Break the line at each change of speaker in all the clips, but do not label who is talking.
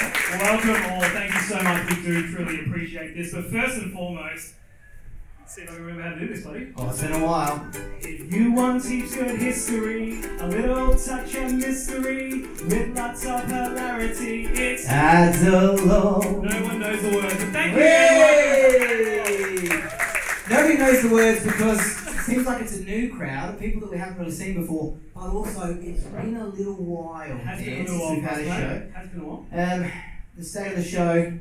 to them all. Thank you so much. We do truly appreciate this. But first and foremost, let's see if I can remember how to do this, buddy.
Oh, it's been a while.
If you want to teach good history, a little touch of mystery, with lots of hilarity, it's
As a low.
no one knows the words. But thank you. everyone.
Yay! Nobody knows the words because it seems like it's a new crowd of people that we haven't really seen before, but also it's been a little while.
Has
man,
been a
since
long
we've had a show.
time. Has been a long.
Um, the state of the show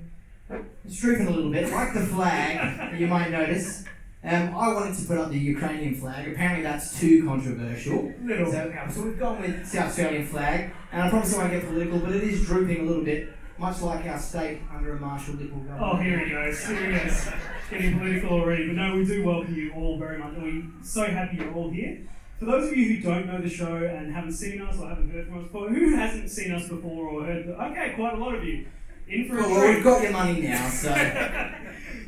is drooping a little bit, like the flag that you might notice. Um, I wanted to put up the Ukrainian flag. Apparently, that's too controversial.
Little.
So, um, so we've gone with South Australian flag, and I promise I won't get political, but it is drooping a little bit, much like our state under a martial liberal government.
Oh, here he goes. Here he goes. Getting political already. But no, we do welcome you all very much, and we're so happy you're all here. For those of you who don't know the show and haven't seen us or haven't heard from us before, who hasn't seen us before or heard? Okay, quite a lot of you. In for a
Well,
treat.
we've got your money now, so.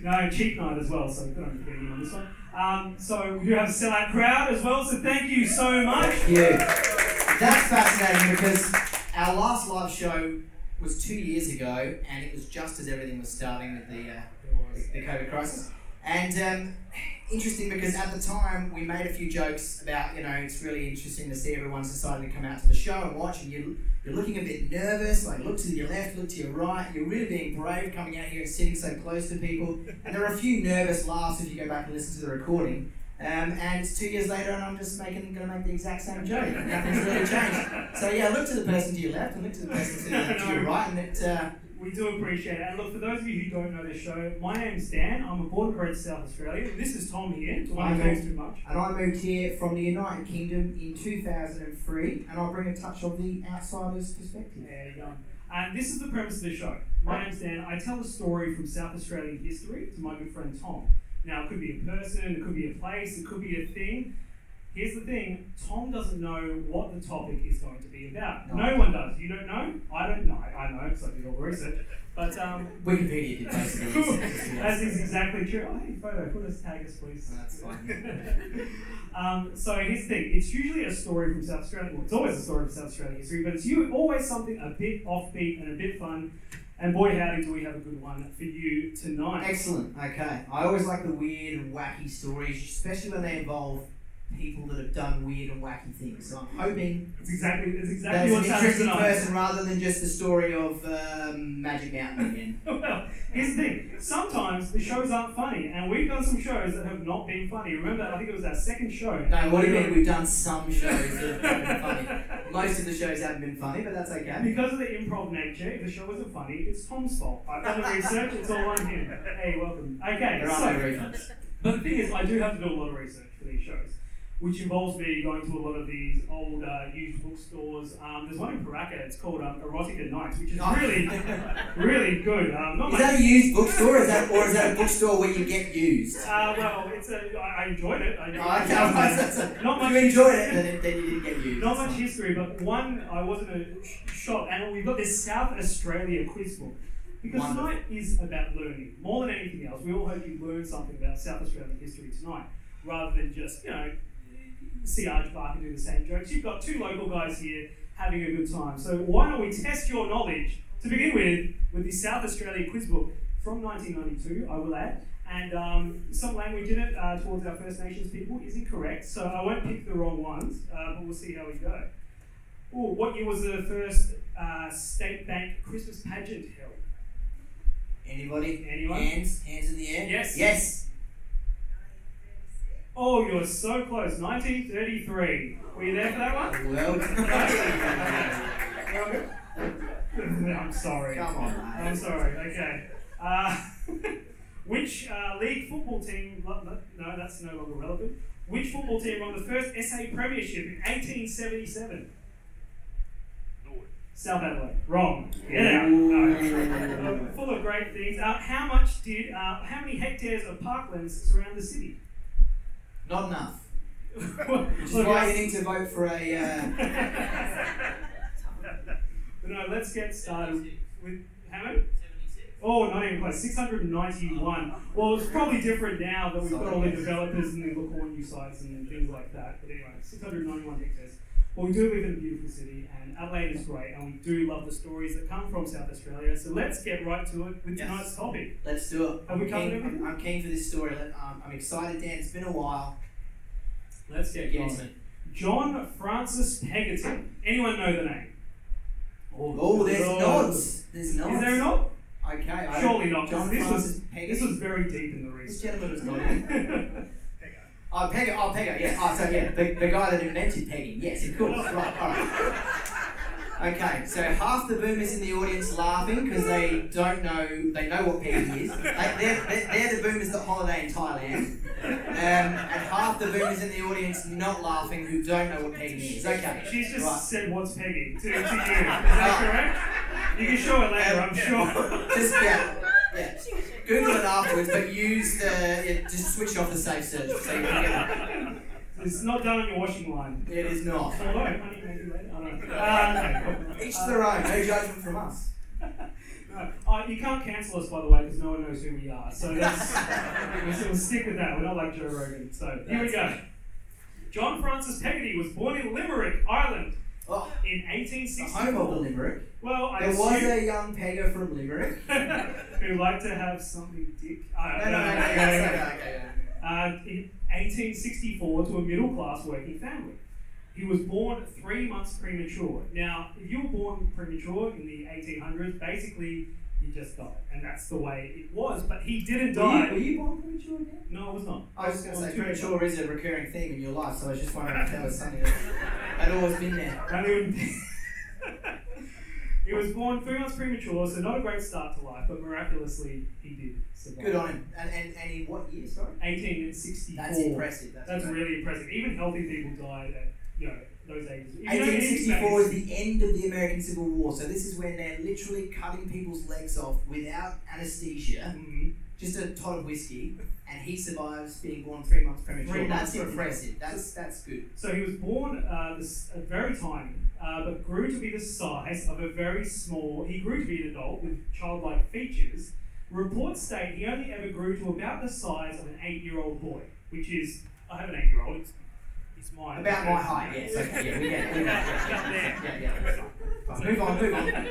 no, cheap night as well, so good on you getting in on this one. Um, so we do have a sellout crowd as well, so thank you so much.
you. That's fascinating because our last live show was two years ago, and it was just as everything was starting with the uh, the COVID crisis. And um, interesting because at the time we made a few jokes about you know it's really interesting to see everyone's deciding to come out to the show and watch, and you you're looking a bit nervous, like look to your left, look to your right. You're really being brave coming out here and sitting so close to people. And there are a few nervous laughs if you go back and listen to the recording. Um, and it's two years later, and I'm just making going to make the exact same joke. Nothing's really changed. So yeah, look to the person to your left, and look to the person to, the, to your right, and it. Uh,
We do appreciate it. And look, for those of you who don't know the show, my name's Dan. I'm a born and bred South Australia. This is Tom here, the one who
Hi,
knows too much.
and I moved here from the United Kingdom in 2003, and I'll bring a touch of the outsider's perspective.
There you go. And this is the premise of the show. My name's Dan. I tell a story from South Australian history to my good friend Tom. Now, it could be a person, it could be a place, it could be a thing. Here's the thing Tom doesn't know what the topic is going to be about. No,
No.
one does. You don't know? I don't know. I know because I did all the research. But um,
Wikipedia did basically.
that is exactly true. Oh, hey, photo, put us, tag us, please.
That's fine.
um, so here's the thing: it's usually a story from South Australia. Well, it's always a story from South Australian history, but it's you always something a bit offbeat and a bit fun. And boy, howdy, do we have a good one for you tonight.
Excellent. Okay. I always like the weird and wacky stories, especially when they involve people that have done weird and wacky things. So I'm hoping
It's exactly it's exactly
That's an
what's happening
interesting
tonight.
person rather than just the story of um, Magic Mountain again.
well, here's the thing: sometimes the shows aren't funny, and we've done some shows that have not been funny. Remember, I think it was our second show.
No, what do you mean? We've done some shows that haven't been funny. Most of the shows haven't been funny, but that's okay.
Because of the improv nature, if the show isn't funny, it's Tom's fault. I've done the research, it's all on him. Hey, welcome. Okay,
There
so,
are no refunds.
but the thing is, I do have to do a lot of research for these shows, which involves me going to a lot of these old, uh, used bookstores. Um, there's one in Paraka, it's called um, Erotica Nights, which is
Oh.
really, really good. Um, not
Is
much
that a used bookstore, or is that, or is that a bookstore where you get used?
uh, well, it's a, I, I enjoyed it. I,
Oh, okay, that's- that's-
Not much
if you enjoyed it, then, it- then you didn't get used.
Not much history, but one, I wasn't a sh- shocked, and we've got this South Australia quiz book. Because
Wonderful.
tonight is about learning. More than anything else, we all hope you learn something about South Australian history tonight, rather than just, you know, see Arch Barker do the same jokes. You've got two local guys here having a good time. So why don't we test your knowledge to begin with with the South Australia quiz book from 1992, I will add. And um, some language in it uh, towards our First Nations people is incorrect, so I won't pick the wrong ones, uh, but we'll see how we go. Ooh, what year was the first uh, state bank Christmas pageant held?
Anybody?
Anyone?
Hands? Hands in the air?
Yes.
Yes.
Oh, you're so close. 1933. Were you there for that one?
Well.
I'm sorry.
Come on,
I'm
mate.
sorry. Okay. Uh, which uh, league football team? No, that's no longer relevant. Which football team won the first SA Premiership in 1877? Norwood. South Adelaide. Wrong. Get out. No. Um,
Ooh.
Full of great things. Uh, how much did? Uh, how many hectares of parklands surround the city?
Not enough. Which is
Look,
why you need to vote for a. Uh,
no, let's get started with Hammond. Oh, not even close. 691. Well, it's probably different now that we've got all the developers and they look for new sites and things like that. But anyway, 691 hectares. But we do live in a beautiful city, and Adelaide is great, and we do love the stories that come from South Australia. So let's get right to it with
Yes.
tonight's topic.
Let's do it.
Have we covered
I'm keen-
everything?
I'm, I'm keen for this story. Let- um, I'm, I'm excited, Dan. It's been a while.
Let's get
Give it
going.
to me.
John Francis Hegarty. Anyone know the name?
Oh, there's
Lord.
nods. There's nods.
Is there a nod?
Okay. I
Surely not. 'cause
John
this
Francis
was
Peggy.
this was very deep in the
This
research.
gentleman was nodding. Oh, Peggy. Oh, Peggy. Yeah. Oh, so yeah, the, the guy that invented Peggy. Yes, of course. Right. All right. Okay, so half the boomers in the audience laughing because they don't know, they know what Peggy is. They, they're, they're, they're the boomers that holiday in Thailand. Um, and half the boomers in the audience not laughing who don't know what Peggy is. Okay.
She's just
right.
said what's Peggy to, to you. Is that correct? You can show it later, I'm sure.
Um, Just yeah, yeah. Google it afterwards, but use the yeah, just switch off the safe search so you can get
it's not done on your washing line.
it. It is not.
Although, honey, maybe later. I don't know. Uh, okay, cool.
Each their own. eh? No judgment from us.
No, uh, you can't cancel us, by the way, because no one knows who we are. So that's, we'll, we'll stick with that. We're not like Joe Rogan. So here we go. John Francis Peggotty was born in Limerick, Ireland,
Oh,
in
the home of the
1864.
Limerick.
Well, I
There was
assume
a young pegger from Limerick.
who liked to have something dick. I
No,
don't
no, no, no,
know.
no,
Yeah,
no,
yeah.
no, okay, yeah.
Uh, in 1864 to a middle class working family. He was born three months premature. Now, if you were born premature in the 1800s, basically you just died, and that's the way it was. But he didn't
Were
die.
you, were you born premature again?
No, it was not.
I was just going to
Well,
say
two
premature is a recurring theme in your life, so I was just wondering if that was something that had always been there.
Apparently it would- he was born three months premature, so not a great start to life, but miraculously he did survive.
Good on him. And, and, and in what year? Sorry.
1864.
That's impressive. That's,
That's
impressive.
really impressive. Even healthy people died at you know those ages. If you know anything about
1864 is the end of the American Civil War, so this is when they're literally cutting people's legs off without anesthesia,
Mhm.
just a tot of whiskey, and he survives being born three months premature.
Three months
that's
premature.
impressive. That's that's good.
So he was born uh, this, uh, very tiny, uh, but grew to be the size of a very small. He grew to be an adult with childlike features. Reports state he only ever grew to about the size of an eight-year-old boy, which is I have an eight-year-old. It's, it's mine.
About my height, yes. Okay, yeah, we get it. We get it.
Up there.
Yeah, yeah, yeah. that's fine. Fine. Move on, move on.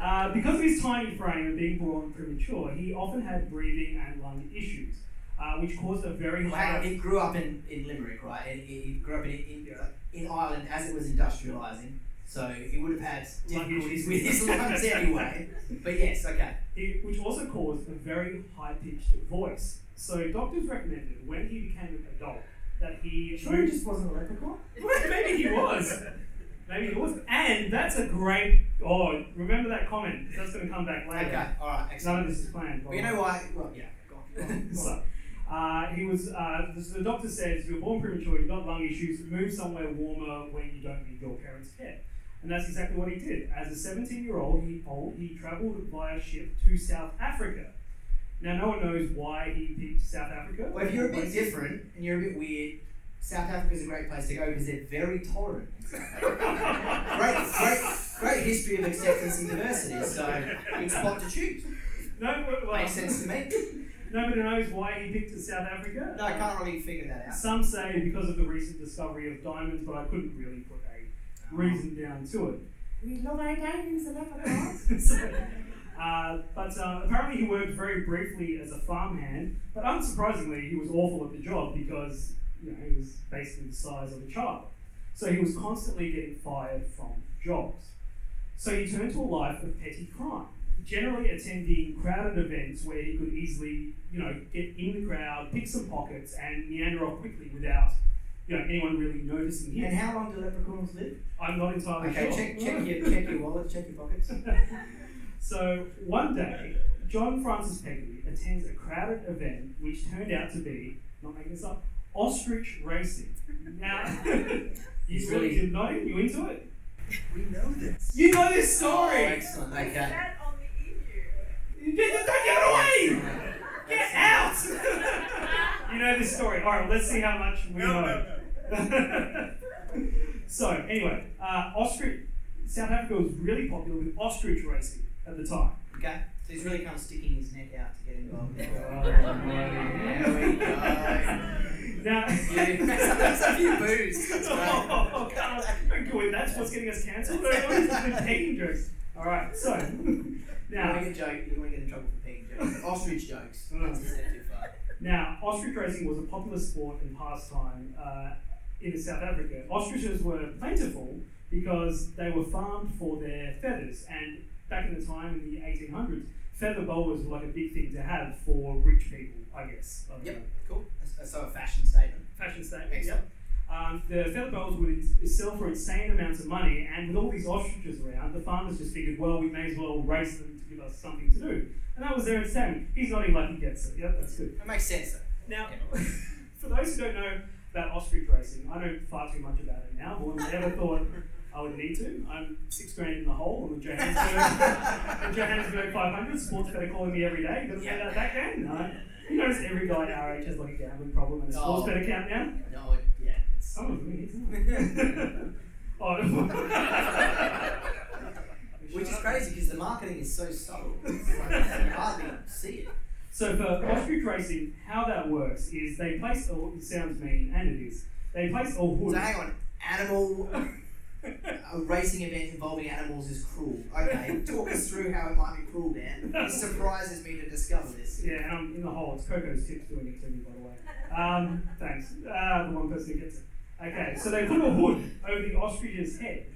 Uh, because of his tiny frame and being born premature, he often had breathing and lung issues, uh, which caused a very
Wow,
high.
it grew up in, in Limerick, right? It, it, it grew up in, in, in Ireland as it was industrialising, so it would have had
Lung
difficulties
issues.
with his lungs anyway. But yes, okay.
it, which also caused a very high pitched voice. So doctors recommended when he became an adult that he
Sure, he just wasn't a leprechaun.
maybe he was. Maybe he was. And that's a great oh, remember that comment. That's gonna come back later.
Okay, alright, excellent.
None of this is planned.
Well, you know why? Well, yeah, go on. Go on, go on.
so, uh, he was. Uh, the, the doctor says you're born premature. You've got lung issues. Move somewhere warmer when you don't need your parents' care. And that's exactly what he did. As a 17-year-old, he old, he travelled via ship to South Africa. Now, no one knows why he picked South Africa.
Well, if you're a bit different and you're a bit weird, South Africa's a great place to go because they're very tolerant. in South Africa. great, great, great history of acceptance and diversity. So good spot to choose.
No, but, well,
Makes sense to me.
nobody knows why he picked South Africa.
No, I can't really figure that out.
Some say because of the recent discovery of diamonds, but I couldn't really put a reason down to it. We love our diamonds and Uh, but uh, apparently he worked very briefly as a farmhand, but unsurprisingly he was awful at the job because you know, he was basically the size of a child. So he was constantly getting fired from jobs. So he turned to a life of petty crime, generally attending crowded events where he could easily, you know, get in the crowd, pick some pockets, and meander off quickly without, you know, anyone really noticing him.
And how long do leprechauns live?
I'm not entirely
Okay,
sure.
check, check your check your wallet, check your pockets.
So one day, John Francis Peggotty attends a crowded event which turned out to be, not making this up, ostrich racing. Now, you
He's
really
really-
did not even you into it?
We know this.
You know this
Oh,
story!
excellent. Okay.
That on the emu.
You did- Don't get away! Get out! you know this story. All right, let's see how much we
No,
know.
no,
so anyway, uh, ostrich. South Africa was really popular with ostrich racing at the time.
Okay. So he's really kind of sticking his neck out to get involved.
Now,
Yeah, that's a few boos. That's right.
Oh, God. Don't point, that's what's getting us cancelled. Everyone's been taking jokes. All right, so
You
now
want to get joke? You want to get in trouble for peeing jokes? Ostrich jokes.
Mm.
That's deceptive. uh,
Now, ostrich racing was a popular sport and pastime uh, in South Africa. Ostriches were plentiful because they were farmed for their feathers, and back in the time in the 1800s, feather boas were like a big thing to have for rich people, I guess. I don't
Yep.
know.
Cool. That's- that's So a fashion statement.
Fashion statement.
Excellent.
Yep. Um, the feather boas would ins- sell for insane amounts of money, and with all these ostriches around, the farmers just figured, well, we may as well race them to give us something to do. And that was their incentive. He's nodding like he gets it. Yep, that's good.
It makes sense though.
Now,
Yeah.
for those who don't know about ostrich racing, I know far too much about it now. More than I ever thought I would need to. I'm six grand in the hole on the Johannesburg, the Johannesburg 500. Sports better calling me every day. Got to pay that back then. No. You notice every guy at our age has like a gambling problem and a sports
Oh.
better countdown.
No, it, yeah. It's,
Some of them, isn't it? oh.
which is crazy because the marketing is so subtle. It's like, you hardly see it.
So for ostrich racing, how that works is they place. Oh, it sounds mean, and it is. They place oh, a hood.
So hang on. Animal. A racing event involving animals is cruel. Okay, talk us through how it might be cruel, Dan. It surprises me to discover this.
Yeah, and I'm in the hole. It's Coco's tips doing it to me, by the way. Um, thanks. Uh, the one person who gets it. Okay, so they put a hood over the ostrich's head.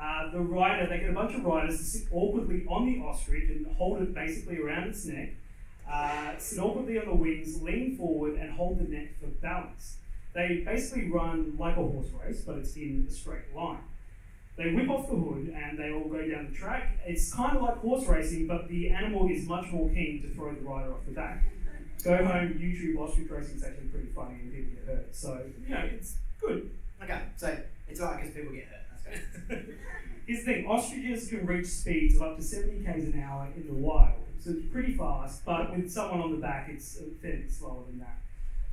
Uh, the rider, they get a bunch of riders to sit awkwardly on the ostrich and hold it basically around its neck, uh, sit awkwardly on the wings, lean forward, and hold the neck for balance. They basically run like a horse race, but it's in a straight line. They whip off the hood and they all go down the track. It's kind of like horse racing, but the animal is much more keen to throw the rider off the back. Go home, YouTube ostrich racing is actually pretty funny and people get hurt. So, you know, it's good.
Okay, so it's alright because people get hurt. That's good.
Here's the thing ostriches can reach speeds of up to 70 k's an hour in the wild. So it's pretty fast, but with someone on the back, it's a bit slower than that.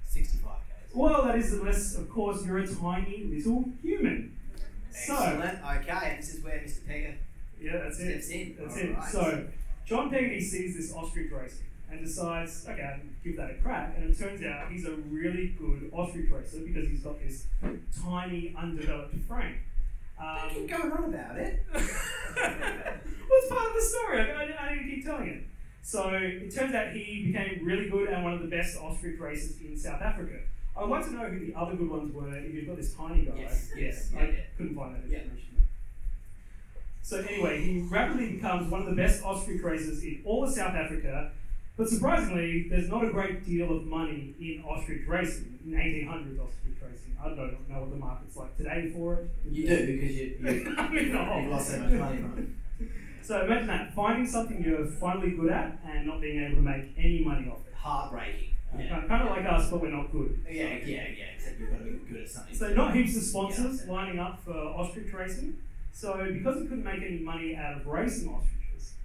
65 k's.
Well, that is unless, of course, you're a tiny little human. So,
Excellent. Okay, and this is where Mr. Pegger
yeah, that's it.
steps in.
That's it.
Alright.
So John Peggotty sees this ostrich racing and decides, okay, I'll give that a crack. And it turns out he's a really good ostrich racer because he's got this tiny, undeveloped frame.
Don't
Um,
keep going on about it.
What's part of the story? I, I, I need to keep telling it. So it turns out he became really good and one of the best ostrich racers in South Africa. I'd like to know who the other good ones were if you've got this tiny guy.
Yes, yes,
I
yeah, yeah.
couldn't find that
Yeah.
information. So anyway, he rapidly becomes one of the best ostrich racers in all of South Africa. But surprisingly, there's not a great deal of money in ostrich racing, in 1800s ostrich racing. I don't know what the market's like today for it.
You do because you, you
I'm in the hole.
you've lost so much money from it.
So imagine that finding something you're finally good at and not being able to make any money off it.
Heartbreaking. Yeah,
Kind of like us, but we're not good.
yeah, yeah, yeah. Except you've got to be good at something.
So not heaps of sponsors lining up for ostrich racing. So because he couldn't make any money out of racing ostriches,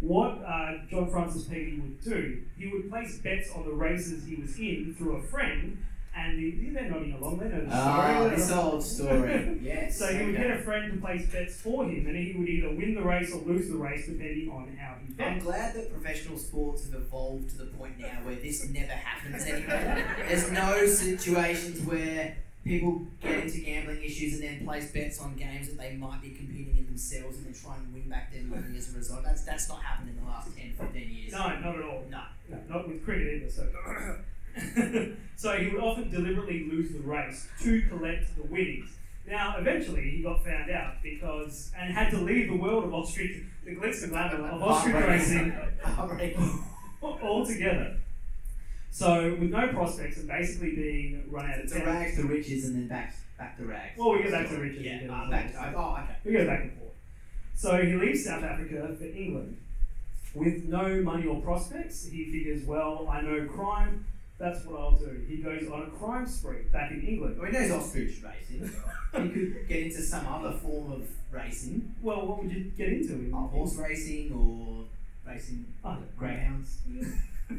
what uh, John Francis Peavy would do, he would place bets on the races he was in through a friend, and the, they're nodding along. They know the story.
Ah,
They're
this
not-
old story. Yes.
So he would
okay.
get a friend to place bets for him, and he would either win the race or lose the race depending on how he bet.
I'm glad that professional sports have evolved to the point now where this never happens anymore. There's no situations where people get into gambling issues and then place bets on games that they might be competing in themselves and then try and win back their money as a result. That's that's not happened in the last 10, 15 years.
No, not at all.
No.
No, not with cricket either. So, so he would often deliberately lose the race to collect the winnings. Now, eventually, he got found out because and had to leave the world of ostrich, the glitz and glamour of ostrich racing
Heartbreaking.
altogether. So, with no prospects and basically being run out of
It's a
town.
rags to riches and then back back to rags.
Well, we go back to riches.
Yeah,
again.
ah, back to, oh, okay.
We go back and forth. So he leaves South Africa for England. With no money or prospects, he figures, well, I know crime, that's what I'll do. He goes on a crime spree back in England.
Well, he knows ostrich racing. he could get into some other form of racing,
Well, what would you get into in
like horse racing or racing
Oh,
greyhounds.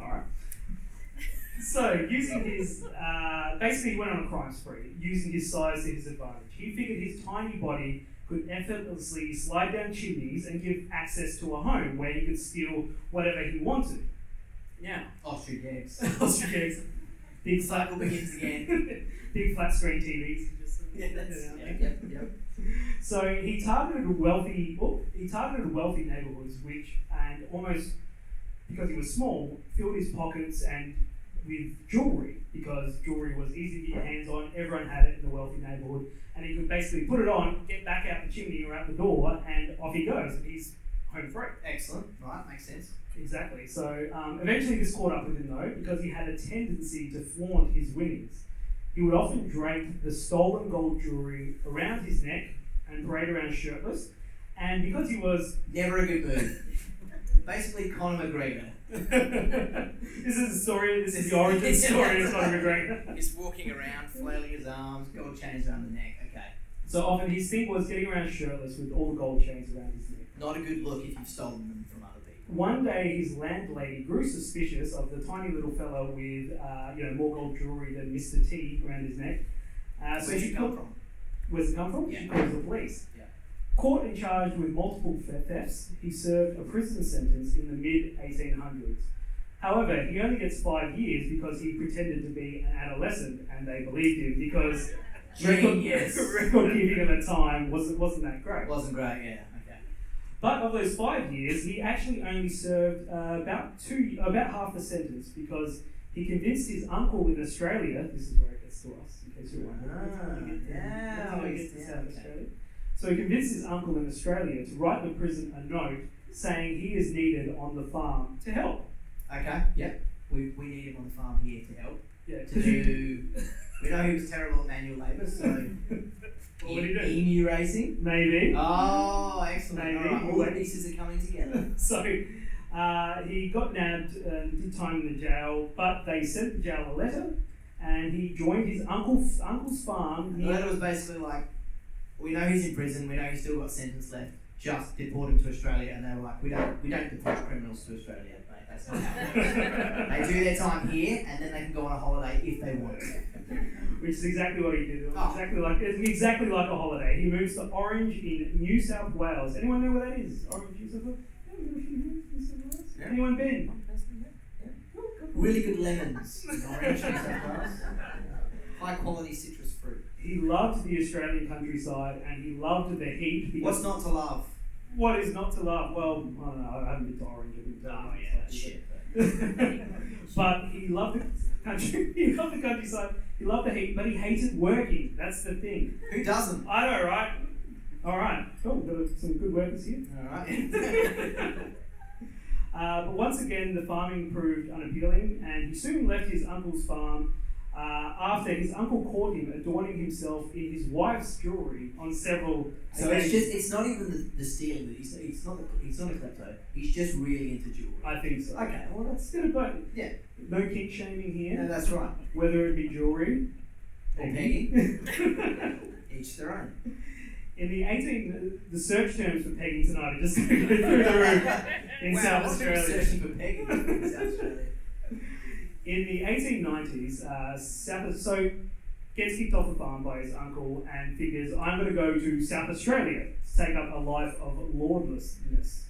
Alright. So, using his, uh, basically, he went on a crime spree, using his size to his advantage. He figured his tiny body could effortlessly slide down chimneys and give access to a home where he could steal whatever he wanted. Now,
Ostrich eggs.
Ostrich eggs. Big
Cycle begins again.
Big flat screen TVs. Just, uh,
Yeah, that's,
Yeah.
yeah, yep, yep.
So he targeted wealthy, well, he targeted wealthy neighborhoods, which and almost because he was small, filled his pockets and with jewelry because jewelry was easy to get your hands on. Everyone had it in the wealthy neighborhood, and he could basically put it on, get back out the chimney or out the door, and off he goes, and he's home free.
Excellent. Right, makes sense.
Exactly. So um, eventually this caught up with him though, because he had a tendency to flaunt his winnings. He would often drape the stolen gold jewelry around his neck and parade around shirtless. And because he was,
Never a good move. Basically, Conor McGregor.
this is the story. This is the origin story of Conor McGregor.
Just walking around, flailing his arms, gold chains around the neck. Okay.
So often his thing was getting around shirtless with all the gold chains around his neck.
Not a good look if you've stolen them from other people.
One day, his landlady grew suspicious of the tiny little fellow with, uh, you know, more gold jewelry than Mr. T around his neck. Uh, so
Where'd
she
you
called-
come from?
Where's it come from? She
Yeah.
calls the police.
Yeah.
Caught and charged with multiple the- thefts, he served a prison sentence in the mid 1800s. However, he only gets five years because he pretended to be an adolescent, and they believed him because record,
Genius.
record keeping at the time wasn't wasn't that great.
Wasn't great, yeah. Okay.
But of those five years, he actually only served uh, about two, about half the sentence because he convinced his uncle in Australia. This is where it gets to us, in case you're wondering. That's how we get to-
Ah,
that's how we get to
yeah,
South
okay.
Australia. So he convinced his uncle in Australia to write the prison a note saying he is needed on the farm to help.
Okay, yep. We, we need him on the farm here to help.
Yeah,
To do. we know he was terrible at manual labour, so.
What would he do?
Emu racing.
Maybe.
Oh, excellent.
Maybe.
All, right. all the pieces are coming together.
so uh, he got nabbed uh, and did time in the jail, but they sent the jail a letter and he joined his uncle's, uncle's farm.
And the letter was basically like, we know he's in prison, we know he's still got sentence left, just deport him to Australia. And they were like, we don't, we don't deport criminals to Australia, mate. That's not how it works. They do their time here, and then they can go on a holiday if they want to.
Which is exactly what he did. It was
Oh.
Exactly like it's exactly like a holiday. He moves to Orange in New South Wales. Anyone know where that is? Orange, New South Wales. Anyone know if you know New South Wales?
Yeah.
Anyone been?
Really good lemons, and orange juice and grass. High quality citrus fruit.
He loved the Australian countryside and he loved the heat. Because
What's not to love?
what is not to love? Well, I don't know. I haven't been to Orange. I've been to
Oh,
but he loved the country. He loved the countryside. He loved the heat, but he hated working. That's the thing.
Who doesn't?
I know, right? All right. Cool. Got some good workers here.
All right.
uh, but once again, the farming proved unappealing, and he soon left his uncle's farm uh, after his uncle caught him adorning himself in his wife's jewelry on several
So it's just, it's not even the, the stealing, that he's, he's not, the, he's not a klepto, he's just really into jewelry.
I think so.
Okay, well that's,
It's good, but
Yeah.
no kink shaming here,
yeah, that's right.
whether it be jewelry
Or pegging.
In
Each their own.
the 18, the search terms for pegging tonight are just going to go through the roof. In
wow,
South
what's the
Australia.
obsession for pegging in South Australia?
In the 1890s, uh, South, so gets kicked off the farm by his uncle and figures, I'm going to go to South Australia to take up a life of lawlessness.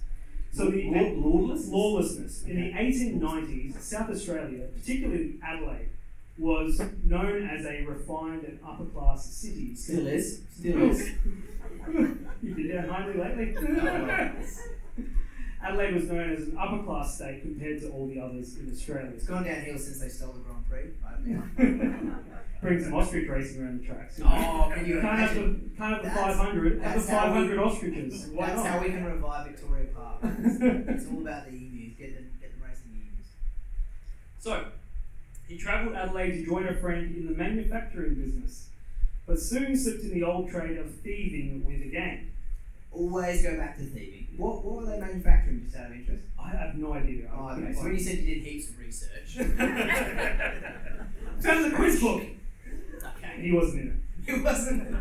So the
Law- lawless?
lawlessness in the 1890s, South Australia, particularly Adelaide, was known as a refined and upper class city.
Still is. Still is.
You've been down highly lately. Adelaide was known as an upper class state compared to all the others in Australia.
It's gone downhill since they stole the Grand Prix. I don't know.
Bring some ostrich racing around the tracks.
Oh, can you
Can't have
imagine?
the, can't have the
That's-
500, have the
that's how
500
we-
ostriches. Why
That's
not?
how we can revive Victoria Park. It's all about the emus. Get them, get them racing E the emus.
so, he travelled Adelaide to join a friend in the manufacturing business, but soon slipped in the old trade of thieving with a gang.
Always go back to thieving. What, what were they manufacturing, just out of interest?
I have no idea.
Oh, okay. So when you said you did heaps of research.
Found the quiz book!
okay.
He wasn't in it.
It wasn't.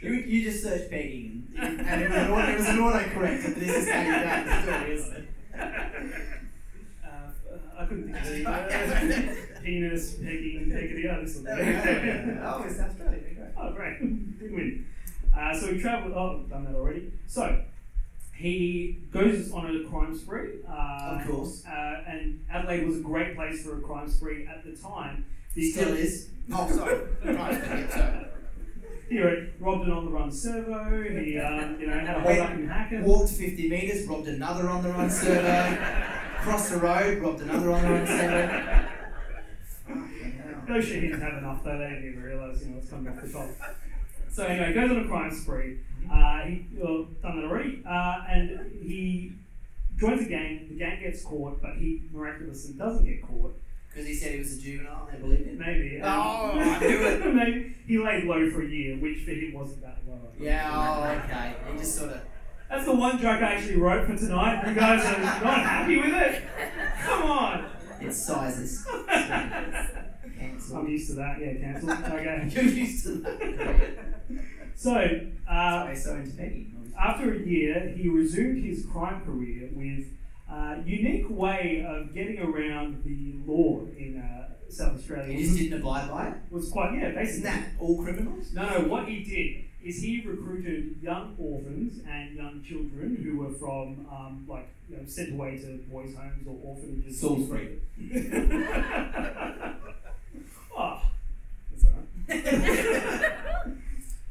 You, you just search pegging and and it was an auto, it was an autocorrect, but this is how you got the story, isn't it?
Uh, I couldn't think of any. Uh, penis, pegging, pegging, yeah, this one.
There we go. Oh, it's Australia. Okay.
Oh, great. Didn't win. Uh, so he travelled. Oh, I've done that already. So he goes on a crime spree. Uh,
Of course.
Uh, and Adelaide was a great place for a crime spree at the time.
Still is. Oh, sorry. Right, yeah, sorry.
you know, robbed an on the run servo. He, um, you know, had a hold
Wait.
up in Hacker.
Walked 50 metres, robbed another on the run server, crossed the road, robbed another on the run server. Fucking hell.
No shit, he didn't have enough though. They didn't even realise, you know, it's coming off the top. So anyway, goes on a crime spree. Uh, he well, done that already, uh, and he joins a gang. The gang gets caught, but he miraculously doesn't get caught.
Because he said he was a juvenile, they believed him.
Maybe. um,
Oh, I knew it.
maybe he laid low for a year, which for him wasn't that low. I think.
Yeah, oh, okay. He just sort of.
That's the one joke I actually wrote for tonight. You guys are not happy with it. Come on.
It's sizes.
I'm
Cancelled.
used to that. Yeah, cancel. Okay.
You're used to that.
So. Uh,
Sorry, so into Peggy.
After a year, he resumed his crime career with a unique way of getting around the law in uh, South Australia.
He just didn't abide by it.
was quite, yeah,
Isn't
basically.
that all criminals?
No, no, what he did is he recruited young orphans and young children who were from, um, like, you know, sent away to boys' homes or orphanages.
Salisbury.
oh, that's all right.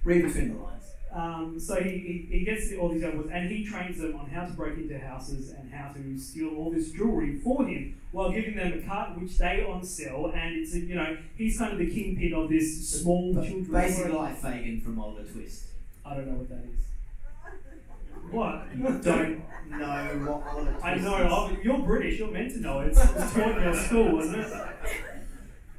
Read between the lines.
Um, so he, he, he gets all these young ones and he trains them on how to break into houses and how to steal all this jewelry for him while giving them a cart which they on sell and it's a, you know he's kind of the kingpin of this small children's
Basically,
world.
like Fagin from Oliver Twist.
I don't know what that is. What?
Don't know what Oliver Twist
I
is.
know. I'll- You're British. You're meant to know. It's, it's taught in your school, wasn't it?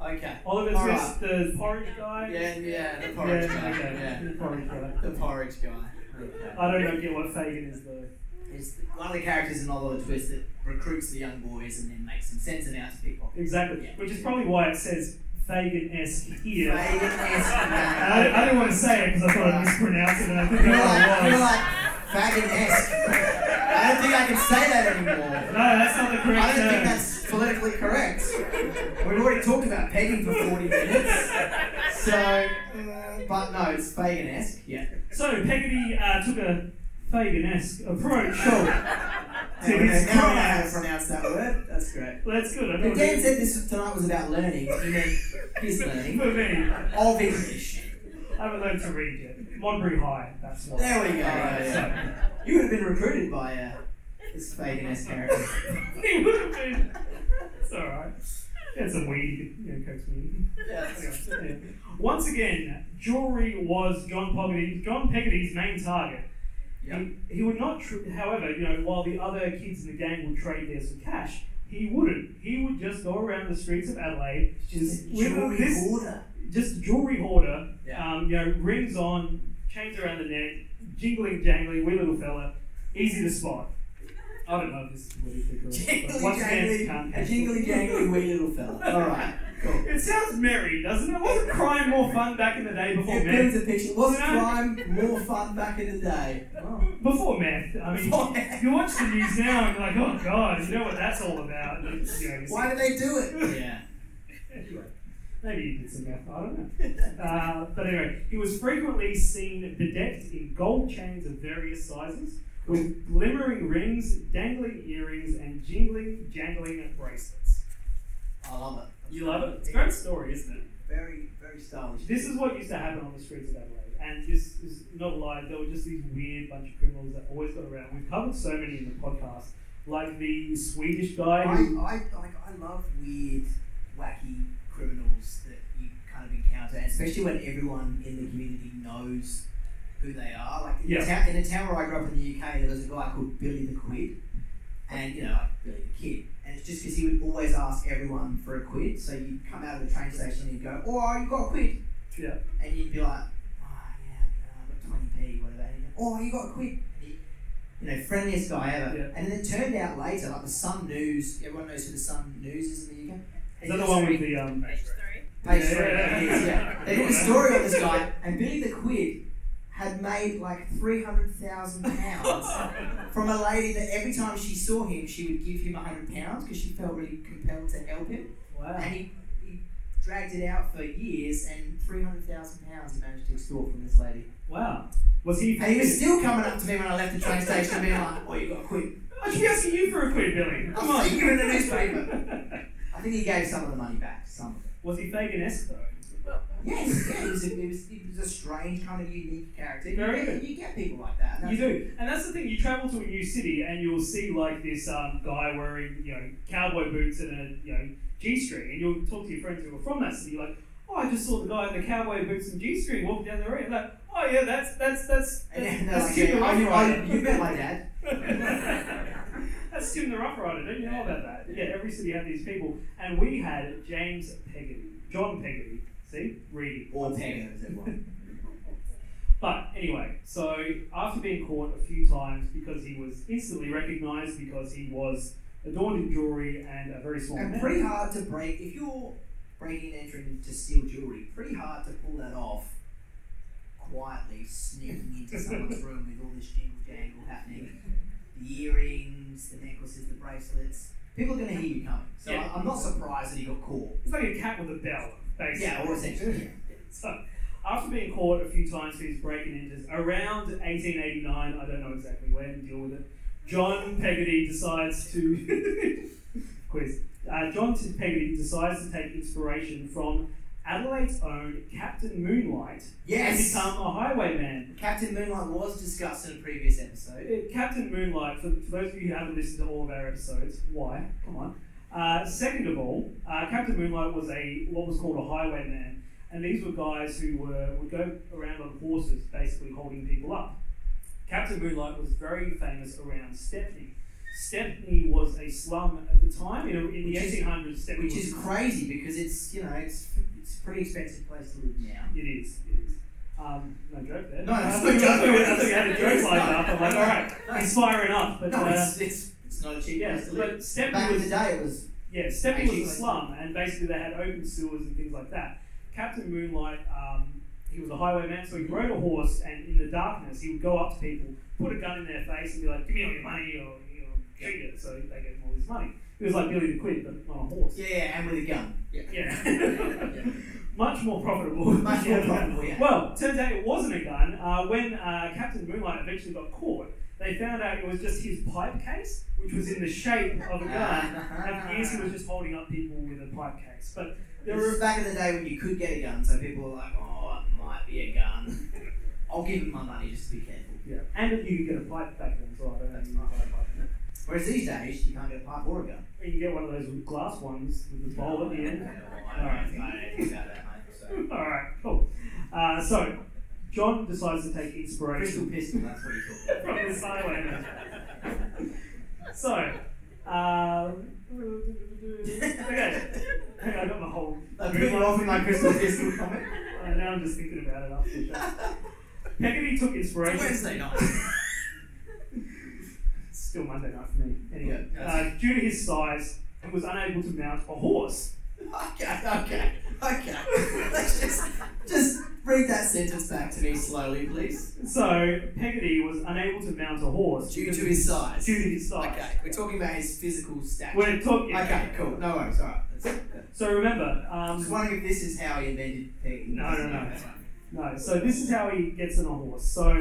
Okay.
Oliver
All right.
Twist, the porridge guy.
Yeah, yeah, the porridge guy.
okay,
Yeah.
the porridge guy.
The porridge guy. Okay.
I don't know get what Fagin is though.
It's one of the characters in Oliver Twist that recruits the young boys and then makes them sends them out to pickpocket.
Exactly.
Yeah.
Which is probably why it says Fagin-esque here.
Fagin-esque
And I, I didn't want to say it because I thought I mispronounced it, and I think
You're
I
like,
was.
you're like Fagin-esque. I don't think I can say that
no,
anymore.
that's not the correct
I don't
term.
think that's politically correct. We've already talked about pegging for 40 minutes. So, uh, but no, it's Fagin-esque. Yeah.
So Peggotty uh, took a Fagin-esque approach. Sure.
Now I
Dude, it's
know now I know how to
pronounced.
pronounce that word. That's great.
Well, that's good. I
But
thought
Dan
it
said this tonight was about learning. He meant his
was-
learning
for me.
of English.
I haven't learned to read yet. Modbury High. That's what.
There we go.
Yeah,
You would have been recruited by uh, this fagin ass character.
so- He would have been. It's all right. It's a weed. You know, coax me. in. Once again, jewelry was John Poverty, John Peggotty's main target.
Yep.
He, he would not, tr- however, you know, while the other kids in the gang would trade theirs for cash, he wouldn't. He would just go around the streets of Adelaide,
Just
with all
jewelry
this-
order.
just jewelry hoarder,
Yeah.
um, you know, rings on, chains around the neck, jingling, jangling, wee little fella, easy to spot. I don't know if this is politically correct. but
Jingly
once again,
jangly,
can't
a
catch
jingly
it.
jangly wee little fella. Alright, cool.
It sounds merry, doesn't it? Wasn't crime more fun back in the day before
It
meth?
brings a picture. Wasn't
Yeah.
crime more fun back in the day? Oh.
Before meth, I mean,
Before meth.
you watch the news now and you're like, oh god, you know what that's all about. And it's, you know, you
Why did they do it? Yeah.
Anyway, maybe he did some math, I don't know. Uh, but anyway, he was frequently seen bedecked in gold chains of various sizes, with glimmering rings, dangling earrings, and jingling, jangling bracelets.
I love it.
You love it? It's a great story, isn't it?
Very, very stylish.
This is what used to happen on the streets of Adelaide. And this is not a lie, there were just these weird bunch of criminals that always got around. We've covered so many in the podcast, like the Swedish
I,
guy
I,
who.
like, I love weird, wacky criminals that you kind of encounter, and especially when everyone in the community knows who they are. Like in,
Yeah.
the, town, in the town where I grew up in the UK, there was a guy called Billy the Quid, and you know, like Billy the Kid. And it's just because he would always ask everyone for a quid. So you'd come out of the train station and you'd go, Oh, you got a quid?
Yeah.
And you'd be like, Oh, yeah, I've got 20p, whatever. And he'd go, Oh, you got a quid? And he- You know, friendliest guy ever.
Yeah.
And then it turned out later, like the Sun News, everyone knows who the Sun News is in the UK?
Is that the one with the. Um,
Page three.
Page
Yeah,
three,
yeah,
it
yeah.
is, yeah. They did a story on this guy, and Billy the Quid had made like three hundred thousand pounds from a lady that every time she saw him, she would give him hundred pounds because she felt really compelled to help him,
wow.
and he, he dragged it out for years, and three hundred thousand pounds he managed to extort from this lady,
Wow. Was he.
and he was still coming up to me when I left the train station, and being like, "Oh, you got to quit."
I should be asking you for a quid, Billy. Come
I'll
on.
see you in the newspaper. I think he gave some of the money back, some of it.
Was he Fagin esque though?
Yes, yeah, he was, a, he, was, he was a strange kind of unique character. You,
Very
get, you get people like that. and
You
that's-
do, and that's the thing. You travel to a new city, and you'll see like this um, guy wearing you know cowboy boots and a you know g string, and you'll talk to your friends who are from that city, like, oh, I just saw the guy in the cowboy boots and g string walking down the road. Like, oh yeah, that's that's that's
And
that's,
then they're
that's
like,
Tim
yeah,
the
I knew
Rough
I, you
Rider.
bet my dad.
that's Tim the Rough Rider. Don't you know about that? Yeah, every city had these people, and we had James Peggotty, John Peggotty. See, reading
Or Peg, as everyone.
But anyway, so after being caught a few times because he was instantly recognised because he was adorned in jewellery and a very small
And
man.
pretty hard to break, if you're breaking and entering to steal jewellery, pretty hard to pull that off quietly sneaking into someone's room with all this jingle jangle happening. The earrings, the necklaces, the bracelets. People are going to hear you coming. So
Yeah.
I, I'm not surprised that he got caught.
It's like a cat with a bell, basically.
Yeah, or essentially. yeah.
So after being caught a few times for his breaking and enters around 1889, I don't know exactly when, deal with it. John Peggotty decides to quiz. Uh, John Peggotty decides to take inspiration from Adelaide's own Captain Moonlight and
Yes!
become a highwayman.
Captain Moonlight was discussed in a previous episode.
Uh, Captain Moonlight, for, for those of you who haven't listened to all of our episodes, why? Come on. Uh, second of all, uh, Captain Moonlight was a what was called a highwayman, and these were guys who were would go around on horses, basically holding people up. Captain Moonlight was very famous around Stepney. Stepney was a slum at the time. In, in the
Which is-
1800s, Stepney
Which
was-
is crazy because it's, you know, it's, it's a pretty expensive place to live now.
It is. It is. Um, no joke there.
No,
I
it's
thought you-
not
I thought you- I thought you had a
joke.
joke like that. I'm like, all right,
No, it's-
inspiring enough, but.
no,
uh,
it's, it's, it's not a cheap
yeah,
place to live.
but Stepney
Back in
was
the day, it was
Yeah, Stepping was a
Actually,
slum, and basically they had open sewers and things like that. Captain Moonlight, um, he was a highwayman,
Mm-hmm.
so he rode a horse, and in the darkness, he would go up to people, put a gun in their face, and be like, "Give me all your money, or you know, treat it." So they gave him all his money. He was like Billy the Kid, but on a horse.
yeah, yeah, and with a gun. Yeah.
Yeah. Much more profitable.
Much more
Yeah.
profitable, yeah.
Well, turns out it wasn't a gun. Uh, when uh, Captain Moonlight eventually got caught, they found out it was just his pipe case, which was in the shape of a gun. And for years he was just holding up people with a pipe case. But there
This is
were
back in the day when you could get a gun, so people were like, "Oh, it might be a gun. I'll give him my money just to be careful."
yeah. and you can get a pipe back then as well. I don't know if you can buy a pipe. now.
Whereas these days, you can't get a pipe or a gun.
You can get one of those glass ones with the bowl at the end.
I don't think I know anything about that, mate. So.
All right, cool. Uh, so John decides to take
Crystal
inspiration
pistol. That's what he's talking about.
from this highwayman. So. Um, okay, okay, I got my whole.
I'm putting off with my crystal pistol comment.
Uh, now I'm just thinking about it after the show. Peggotty took
It's
inspiration.
Wednesday night.
It's still Monday night for me. Anyway,
Yeah.
uh, due to his size, he was unable to mount a horse.
Okay, okay, okay. Let's just just read that sentence back to me slowly, please.
So Peggotty was unable to mount a horse
Due
because
to his size.
due to his size.
Okay, we're talking about his physical stature.
We're talking.
Okay, cool. No worries. All right. That's,
So remember, um,
I'm just wondering if this is how he invented the
No, no, no. No, so this is how he gets on a horse. So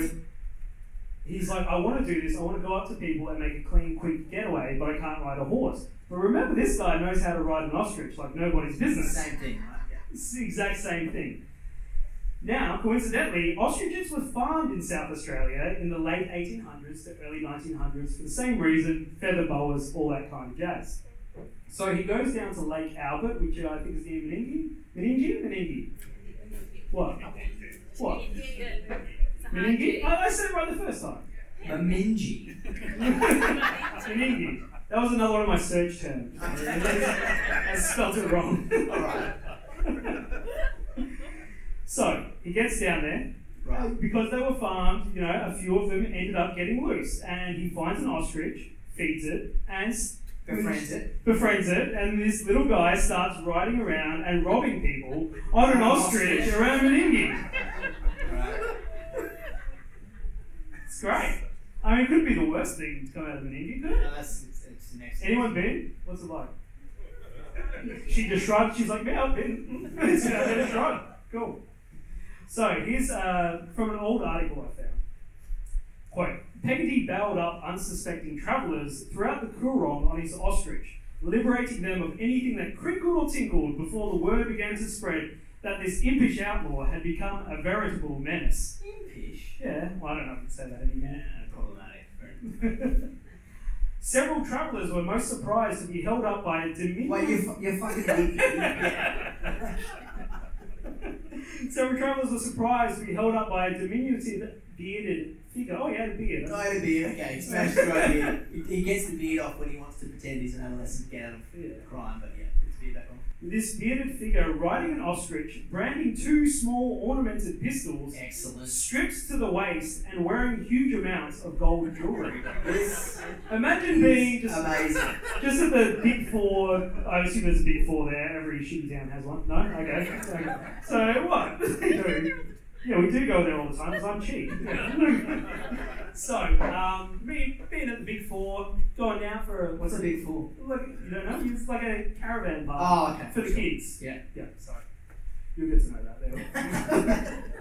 he's like, I want to do this. I want to go up to people and make a clean, quick getaway, but I can't ride a horse. But remember, this guy knows how to ride an ostrich like nobody's
It's the
business.
same thing, right? Yeah.
It's the exact same thing. Now, coincidentally, ostriches were farmed in South Australia in the late 1800s to early 1900s for the same reason feather boas, all that kind of jazz. So he goes down to Lake Albert, which I think is near Meningi. Meningi? Meningi. What? What? Meningi? Oh, I, I said it right the first time.
Maminji.
Meningi. That was another one of my search terms. I spelled it wrong.
All right.
so he gets down there.
Right.
Because they were farmed, you know, a few of them ended up getting loose, and he finds an ostrich, feeds it, and s-
Befriends it.
befriends it, and this little guy starts riding around and robbing people on an ostrich around Meningi.
Right.
It's great. I mean, it could be the worst thing to come out of Meningi, could it?
No, that's it's, it's the next.
Anyone been? What's it like? She just shrugged. She's like, yeah, I've been. so I just shrugged. Cool. So here's uh, from an old article I found. Quote, Peggotty bailed up unsuspecting travellers throughout the Coorong on his ostrich, liberating them of anything that crinkled or tinkled before the word began to spread that this impish outlaw had become a veritable menace.
Impish.
Yeah, well, I don't know if I can say that anymore.
Problematic.
Several travellers were most surprised to be held up by a diminutive.
Wait, you're, fu- you're fucking.
Several travellers were surprised to be held up by a diminutive bearded figure. Oh, he had a beard.
I had a beard. Okay, smash the right beard. He, he gets the beard off when he wants to pretend he's an adolescent to get out of
Yeah.
crime, but yeah, it's beard back on.
This bearded figure riding an ostrich, branding two small ornamented pistols,
Excellent.
stripped to the waist, and wearing huge amounts of gold jewellery.
This
Imagine being
is
just
amazing.
Just at the big four, I assume there's a big four there. Every shitty town has one. No, okay. okay. So what? yeah, we do go there all the time because I'm cheap. so, um, me being at the big four, going out for a,
What's a big fool?
look? You don't know? It's like a caravan park
Oh, okay.
Uh, for the kids.
Yeah.
Yeah. Sorry. You'll get to know that there.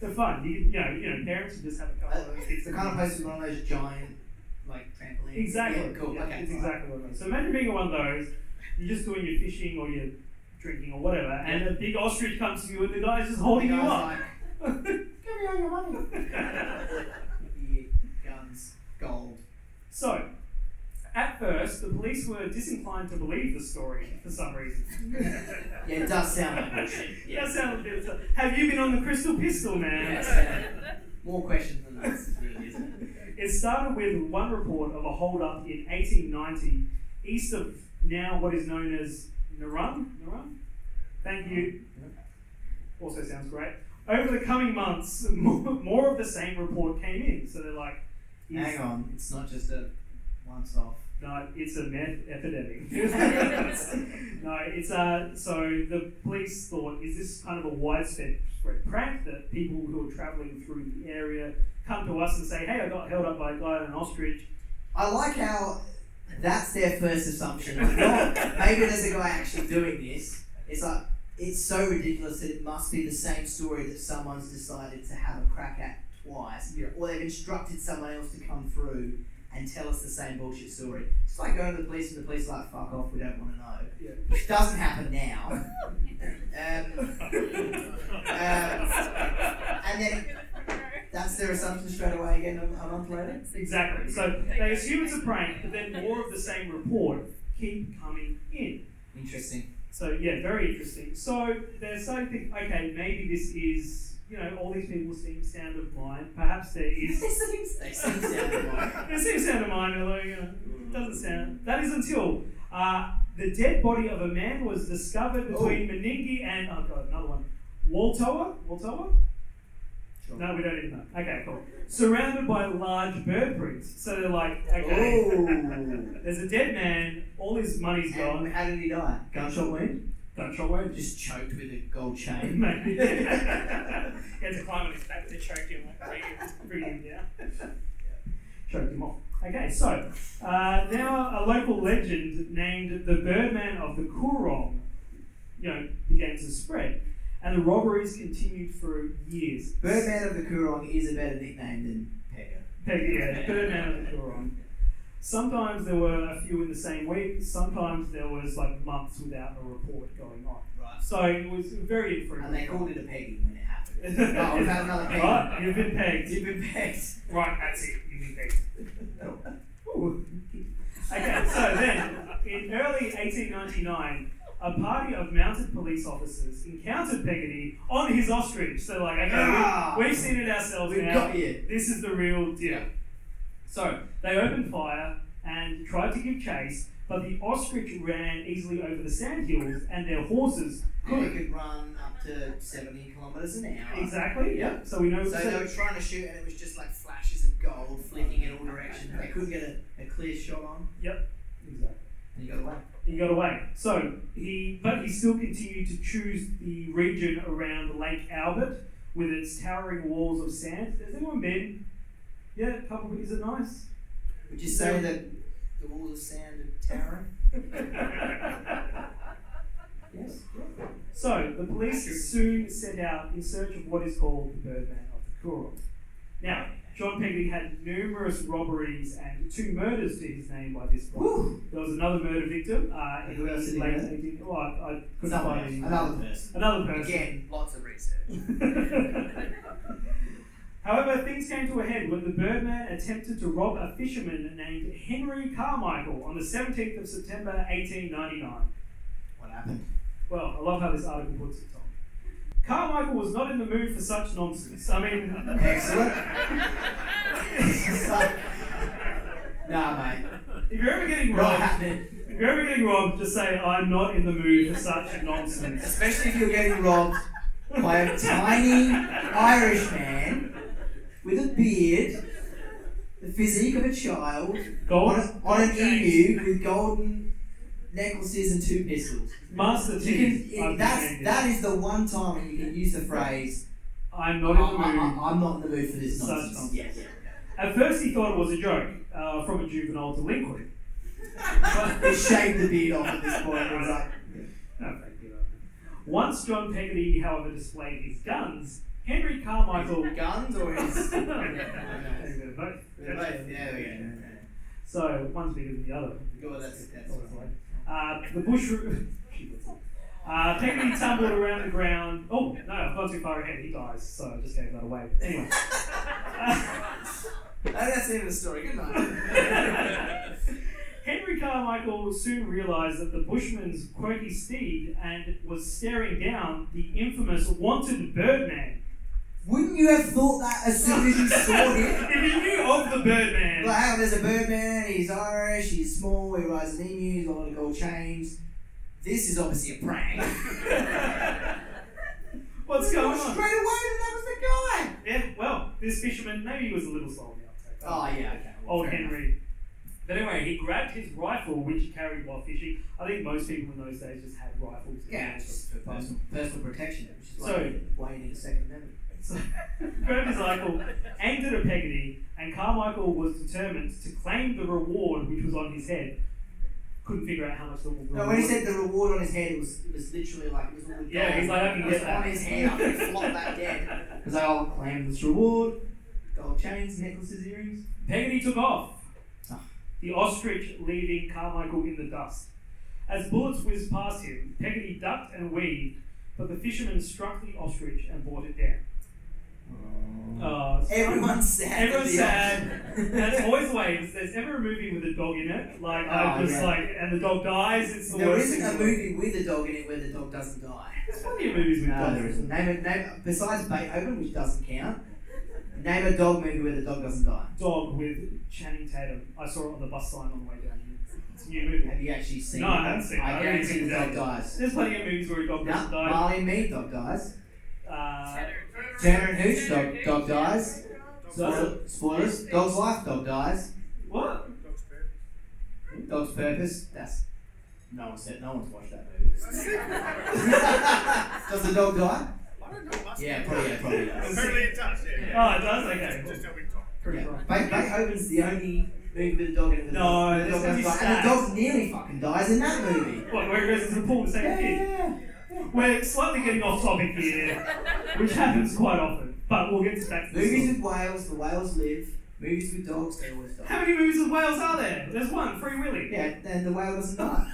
They're fun. You, you know, you know, parents should just have a couple of those kids.
It's the kind of place with one of those giant, like, trampolines.
Exactly.
Yeah, cool.
Yeah,
okay.
It's
all right.
exactly what it is. So imagine being one of those. You're just doing your fishing or your drinking or whatever, and a big ostrich comes to you, and the guy's just holding
The
you
guy's
up.
like, Give me all your money. Beer, guns, gold.
so, at first, the police were disinclined to believe the story for some reason.
Yeah, it does sound like bullshit.
That sounds a bit. Have you been on the Crystal Pistol, man?
Yes. More questions than this is really, isn't it?
It started with one report of a holdup in 1890 east of now what is known as Narun. Narun? Thank you. Also sounds great. Over the coming months, more, more of the same report came in. So they're like, is-
Hang on, it's not just a once off.
no, it's a meth epidemic. no, it's a. So the police thought, is this kind of a widespread prank that people who are travelling through the area come to us and say, hey, I got held up by a guy on an ostrich.
I like how that's their first assumption. Like, oh, maybe there's a guy actually doing this. It's like, it's so ridiculous that it must be the same story that someone's decided to have a crack at twice,
Yeah.
or they've instructed someone else to come through and tell us the same bullshit story. It's like going to the police and the police are like, fuck off, we don't want to know.
Yeah.
Which doesn't happen now. um, and then that's their assumption straight away again a, a month later.
exactly. So they assume it's a prank, but then more of the same report keep coming in.
Interesting.
So yeah, very interesting. So they're starting to think, okay, maybe this is you know all these people seem sound of mind. Perhaps there is.
they seem sound alike.
There seems sound of mind, although you know it doesn't sound. That is until uh, the dead body of a man was discovered between Meningi and oh god, another one, Waltoa. Waltoa.
Sure.
No, we don't even know. Okay, cool. Surrounded by large bird prints. So they're like, okay,
Oh.
there's a dead man, all his money's
And
gone.
how did he die? Gunshot wound?
Gunshot wound.
Just choked with a gold chain.
Maybe. he had to climb on his back to choke him, like, bring him, bring him down. Choked him off. Okay, so uh, now a local legend named the Birdman of the Coorong, you know, began to spread, and the robberies continued for years.
Birdman of the Coorong is a better nickname than Pega.
Peggy, yeah, Birdman and Huron. Sometimes there were a few in the same week, sometimes there was like months without a report going on.
Right.
So it was very infrequent.
And they called it a Peggy when it happened. oh, we've had another Peggy.
Right, you've been pegged.
You've been pegged.
Right, that's it, you've been pegged. Ooh. Okay, so then, in early 1899, a party of mounted police officers encountered Peggotty on his ostrich. So, like, okay,
Ah!
we, we've seen it ourselves
We've
now.
got you.
This is the real deal. So they opened fire and tried to give chase, but the ostrich ran easily over the sand hills and their horses
They
couldn't.
could run up to 70 kilometres an hour.
Exactly, yeah. So we know
So they were trying to shoot, and it was just like flashes of gold flicking in all directions. They couldn't get a, a clear shot on,
exactly.
and he got away.
He got away. So he but he still continued to choose the region around Lake Albert with its towering walls of sand. Has anyone been? Yeah, a couple of, is it nice?
Would you say that the walls of sand are towering? Yes.
So the police soon set out in search of what is called the Birdman of the Coorong. Now, John Peggy had numerous robberies and two murders to his name by this point.
Woo!
There was another murder victim uh, in
Who else
the
did he
late
murder?
18... Oh, I, I couldn't
Someone
find
else,
any.
another person.
Another person.
Again, lots of research.
However, things came to a head when the Birdman attempted to rob a fisherman named Henry Carmichael on the 17th of September 1899.
What happened?
Well, I love how this article puts it, Tom. Carmichael was not in the mood for such nonsense. I mean,
Excellent. nah, mate.
if you're ever getting
What
robbed,
happened?
if you're ever getting robbed, just say, I'm not in the mood for such nonsense.
Especially if you're getting robbed by a tiny Irish man with a beard, the physique of a child, on,
Gold,
a, on an E
Okay.
emu with golden necklaces and two pistols.
Master
You
T.
can, it, that's, that is the one time when you can use the phrase,
I'm
I,
not in the mood.
I, am not in the mood for this
Such
nonsense.
nonsense.
Yeah, yeah.
At first, he thought it was a joke uh, from a juvenile delinquent.
They shaved the beard off at this point. It was like,
No, thank you. Once John Peggotty, however, displayed his guns, Henry Carmichael.
guns or his.
Maybe
Yeah,
they're both.
They're both- yeah, we go.
So one's bigger than the other.
Well, that's, that's
Sort of
what it's
like.
like.
Uh, the bush. Uh, Peggotty tumbled around the ground. Oh no, I've gone too far ahead. He dies, so I just gave that away. Anyway.
Oh, that's the end of the story. Good night.
Henry Carmichael soon realised that the Bushman's quirky steed and was staring down the infamous wanted Birdman.
Wouldn't you have thought that as soon as you saw him?
if he knew of the Birdman,
Like, hang on, there's a birdman, he's Irish, he's small, he rides an emu, he's got a lot of gold chains. This is obviously a prank.
what's
Straight
going
away,
on?
that was the guy!
Yeah, well, this fisherman maybe he was a little slow on the uptake.
Oh, yeah, okay. well,
Old
fair enough.
Henry. But anyway, he grabbed his rifle, which he carried while fishing. I think most people in those days just had rifles.
Yeah, it's just for personal, personal protection, which is
So-
why, why you need a second amendment.
So, grabbed his rifle, aimed it at Peggotty, and Carmichael was determined to claim the reward which was on his head. Couldn't figure out how much the reward
No, when he said the reward on his head, it was, it was literally like, it was all the
Yeah, he's
gold.
like, I can
It was
get that.
on his head, I can flop that dead. Because I'll claim this reward. Gold chains, necklaces, earrings.
Peggotty took off,
Ah.
the ostrich leaving Carmichael in the dust. As bullets whizzed past him, Peggotty ducked and weaved, but the fisherman struck the ostrich and brought it down. Uh,
Everyone's sad.
Everyone's
at the
sad.
end.
That's always ways. There's never a movie with a dog in it. Like I
Oh,
just
yeah.
like, and the dog dies. It's the
there
worst.
isn't
thing
a
in the world.
movie with a dog in it where the dog doesn't die.
There's plenty of movies with
Ah,
dogs.
Name a, name, besides Beethoven, which doesn't count, name a dog movie where the dog doesn't die.
Dog with Channing Tatum. I saw it on the bus sign on the way down here. It's a new movie.
Have you actually seen
No,
it?
I haven't seen it. I
I
haven't
guarantee
seen
the
that.
dog dies.
There's plenty of movies where a dog
No,
doesn't die.
Marley and Me dog dies.
Uh,
Turner and Hooch dog, dog dies.
So-
Spoil- Spoilers, Dog's Life dog dies.
what?
Dog's Purpose, that's... No one said, no one's watched that movie. Does the dog die? Yeah, probably, yeah, probably. does.
Apparently it does, yeah. yeah.
Oh, it does. Okay.
Just tell me Tom.
Pretty
Yeah.
right.
Ba- Beethoven's the only movie with a dog in it.
No,
the dog
that's
doesn't
gonna be
die. And the
sad.
dog nearly fucking dies in that movie.
What? Where it goes into the pool, the same
Yeah,
kid.
yeah,
We're slightly getting off topic here, which happens quite often. But we'll get back
yeah.
to this.
Movies with whales, the whales live. Movies with dogs, they always
How
die.
many movies with whales are there? There's one, Free Willy.
Yeah, and the whale doesn't die.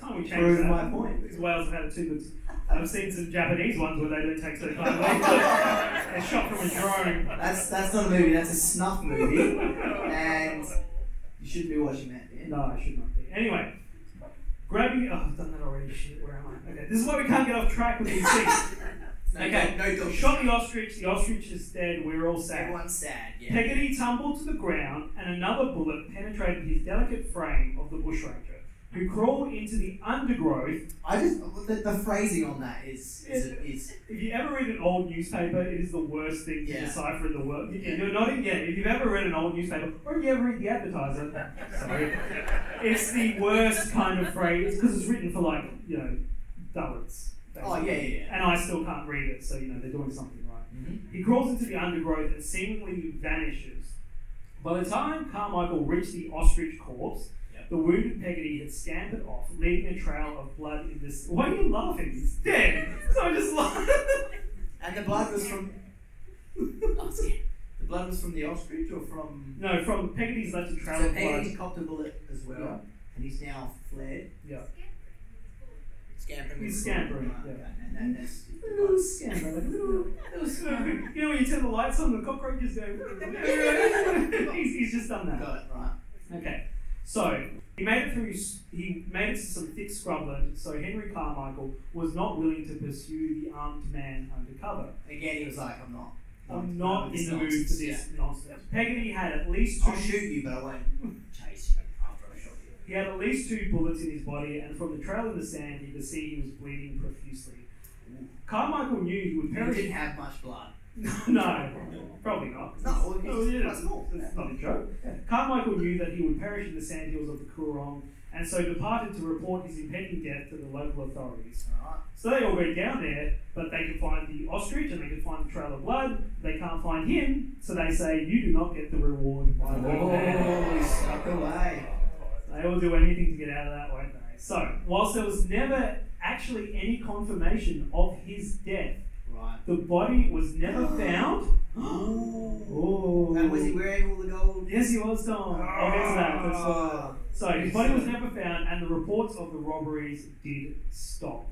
Can't we change
Prove
that?
my point.
These whales have had it too good. I've seen some Japanese ones where they don't take so far away. They're shot from a drone.
That's that's not a movie. That's a snuff movie, and you shouldn't be watching that. Yeah?
No, I should not be. Anyway, grabbing. Oh, I've done that already. Shit, where am I? Okay, this is why we can't get off track with these things. Okay.
no, no dog.
Shot the ostrich, the ostrich is dead, we're all sad.
Everyone's sad. Yeah.
Peggotty tumbled to the ground, and another bullet penetrated his delicate frame of the bushranger, who crawled into the undergrowth
I just the, the phrasing on that is is, is
If you ever read an old newspaper, it is the worst thing to
Yeah.
decipher in the world. You- You're not in, yeah, if you've ever read an old newspaper, or if you ever read the advertiser, sorry, it's the worst kind of phrase because it's written for like, you know, dullards.
oh yeah yeah.
basically.
yeah.
And I still can't read it, so you know, they're doing something right.
Mhm.
He crawls into the undergrowth and seemingly vanishes. By the time Carmichael reached the ostrich corpse,
Yep.
the wounded Peggotty had scampered off, leaving a trail of blood in this. Why are you laughing? He's dead! So I just laughed.
And the blood was from. Oh, it's-
The blood was from the ostrich or from.
No, from Peggotty's left to travel
So
blood.
Peggy copped a bullet as well,
Yeah.
and he's now fled.
Yeah.
Scampering.
He's
with-
scampering,
Right,
yeah.
right, And then that's.
A little scammer, like a little, little scammer. You know when you turn the lights on, the cockroaches go. he's, he's just done that.
Got it, right.
Okay, so he made it through. He made it to some thick scrubland. So Henry Carmichael was not willing to pursue the armed man undercover.
Again, he was like, I'm not.
I'm not in the mood for this
Yeah. Oh,
nonsense. Peggotty had at least two.
I'll shoot you, but I won't chase you after I shot you.
He had at least two bullets in his body, and from the trail in the sand, he could see he was bleeding profusely. Carmichael knew he would
He
perish.
didn't have much blood.
no, probably not.
It's not all
Oh, yeah.
it's quite small.
That's not a joke. Carmichael knew that he would perish in the sandhills of the Coorong, and so departed to report his impending death to the local authorities.
Alright.
So they all went down there, but they could find the ostrich and they could find the trail of blood. They can't find him, so they say, "You do not get the reward." By the man."
Oh, he's snuck away.
They will do anything to get out of that, won't they? So, whilst there was never actually any confirmation of his death,
Right.
the body was never found.
Oh.
Oh,
And was he Ah. wearing all the gold?
Yes, he was gone. I'll get to that. That's, uh,
Oh.
So his body was never found, and the reports of the robberies did stop.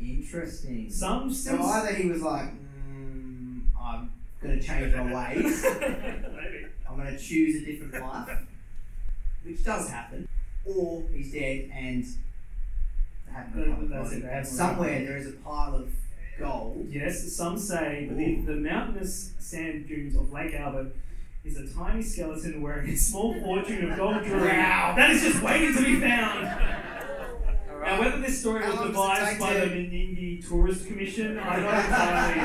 Interesting.
Some
So
still.
either he was like, mm, I'm going to change my ways,
Maybe.
I'm going to choose a different life, which does happen, or he's dead and they haven't
That-
recovered
that's
body.
it, they haven't
Somewhere
recovered.
there is a pile of gold.
Yes, some say the, the mountainous sand dunes of Lake Albert is a tiny skeleton wearing a small fortune of gold jewelry
Wow.
that is just waiting to be found. Now,
Alright.
whether this story
How
was
long does
devised
it take
by
to-
the Meningi Tourist Commission, I'm not entirely,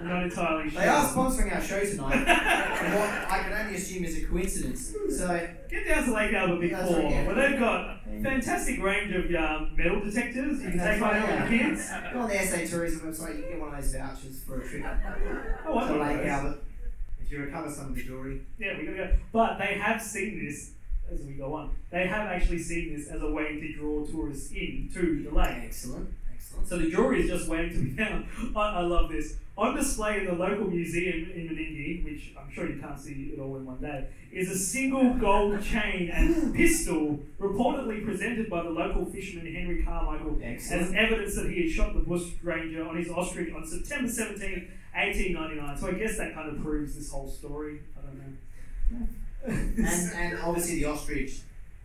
I'm not entirely sure.
They are sponsoring our show tonight, and what I can only assume is a coincidence. So,
Get down to Lake Albert Big
That's
Four,
okay.
where they've got a fantastic range of um, metal detectors you can take one out with the kids.
go on the SA Tourism website, you can get one of those vouchers for a trip
Oh, I
to
know
Lake
those.
Albert. If you recover some of the jewelry,
Yeah, we're gonna go. But they have seen this as we go on. They have actually seen this as a way to draw tourists in to the lake.
excellent, excellent.
So the jewelry is just waiting to be found. I, I love this. On display in the local museum in Meningi, which I'm sure you can't see it all in one day, is a single gold chain and pistol reportedly presented by the local fisherman Henry Carmichael as
Excellent.
evidence that he had shot the bush ranger on his ostrich on September 17th, 1899. So I guess that kind of proves this whole story. I don't know.
And, and obviously the ostrich,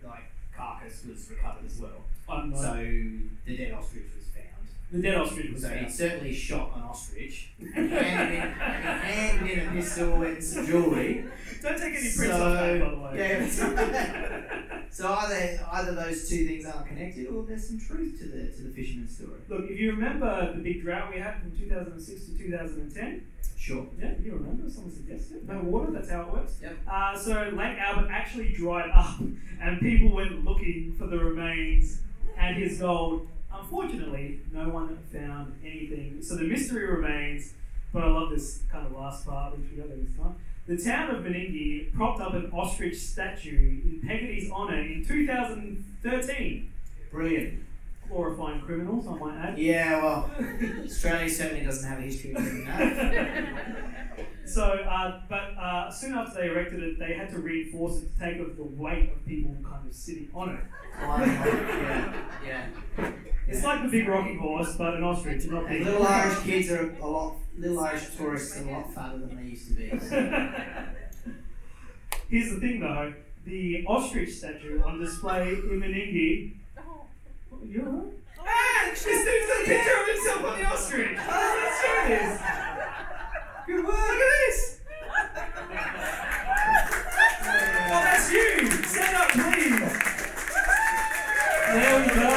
like carcass, was recovered as well.
I'm not-
So the dead ostrich was found.
the dead ostrich was
So he
found.
certainly shot an ostrich. And he handed in, and he handed in a pistol and some jewelry.
Don't take any prints
So-
off that, by the way.
Yeah. so either either those two things aren't connected, or there's some truth to the to the fisherman's story.
Look, if you remember the big drought we had from 2006 to 2010,
Sure.
yeah, you remember, someone suggested it. No water, that's how it works.
Yep.
Uh, so Lake Albert actually dried up, and people went looking for the remains and his gold. Unfortunately, no one found anything, so the mystery remains. But I love this kind of last part, which we don't have this time. The town of Meningi propped up an ostrich statue in Peggotty's honour in 2013,
Brilliant.
glorifying criminals, I might add.
Yeah. Well, Australia certainly doesn't have a history of doing that.
so, uh, but uh, soon after they erected it, they had to reinforce it to take off the weight of people kind of sitting on it.
Climbing up, yeah. Yeah.
It's like the big rocking horse, but an ostrich, not
And
big.
little Irish kids are a lot. Little Irish tourists are a lot fatter than they used to be. so-
Here's the thing, though: the ostrich statue on display in Meningi. You're right. Ah, this dude's got a picture of himself on the ostrich. Oh, let's show this. Good work. Look at this. Oh, that's you. Stand up, please. There we go.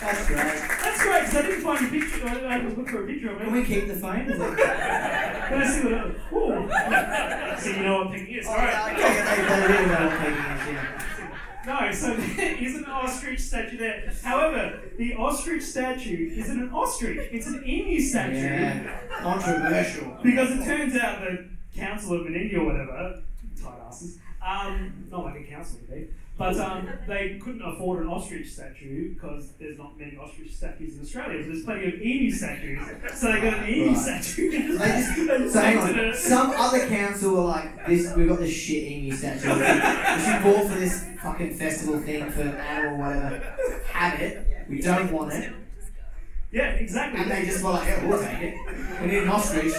That's great.
That's great. Because I didn't find a picture. uh, I I had to look for a picture of it.
Can we keep the phone? Is that-
Can I see what it is? So you know what picking is. All right.
Oh, Okay, they- they really know what taking is, yeah.
No, so there is an ostrich statue there. However, the ostrich statue isn't an ostrich, it's an emu statue.
Yeah. Controversial.
Because it turns out the council of Menindia or whatever, tight asses, um, not like a council would be, But um, they couldn't afford an ostrich statue because there's not many ostrich statues in Australia. So there's plenty of emu statues. So they got an emu
Right.
statue.
They just-
They just
so hang
painted
on.
it.
Some other council were like, "This, we've got this shit emu statue. We should call for this fucking festival thing for animal whatever. Have it. We don't want it."
Yeah, exactly.
And they just were like, "Yeah, we'll take it. We need an ostrich."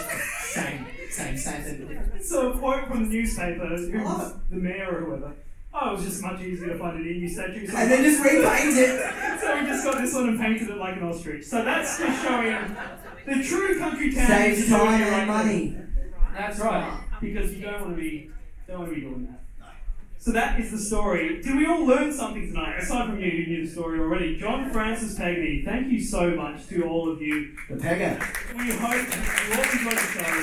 Same, same, same thing.
So a quote from the newspaper, who
I
was
love
the mayor or whoever. Oh, it was just much easier to find an emu statue. So-
And then just repaint it.
so we just got this one and painted it like an ostrich. So that's just showing the true country town.
Saves
is doing
time
the right
and
thing.
money.
That's right, because you don't want to be don't want to be doing that. So that is the story. Did we all learn something tonight? Aside from you, who knew the story already, John Francis Pagany. Thank you so much to all of you.
The pegger.
We hope you all enjoyed the show.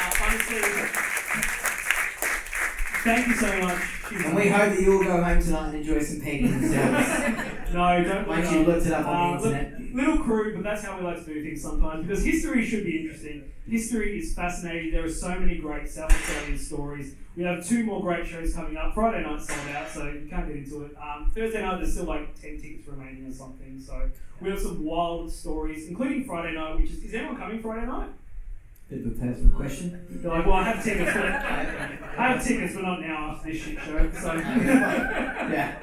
Uh, honestly, thank you so much. She's
And we hope that you all go home tonight and enjoy some pegging yourselves.
no, don't.
Once
worry.
you've looked it up on
Uh,
the internet.
little crude, but that's how we like to do things sometimes. Because history should be interesting. History is fascinating. There are so many great South Australian stories. We have two more great shows coming up. Friday night sold out, so you can't get into it. Um, Thursday night, there's still like ten tickets remaining or something. So we have some wild stories, including Friday night. Which is is anyone coming Friday night?
Bit of a personal question.
They're like, well, I have tickets. But I have tickets, but not now after this shit show. So.
Yeah.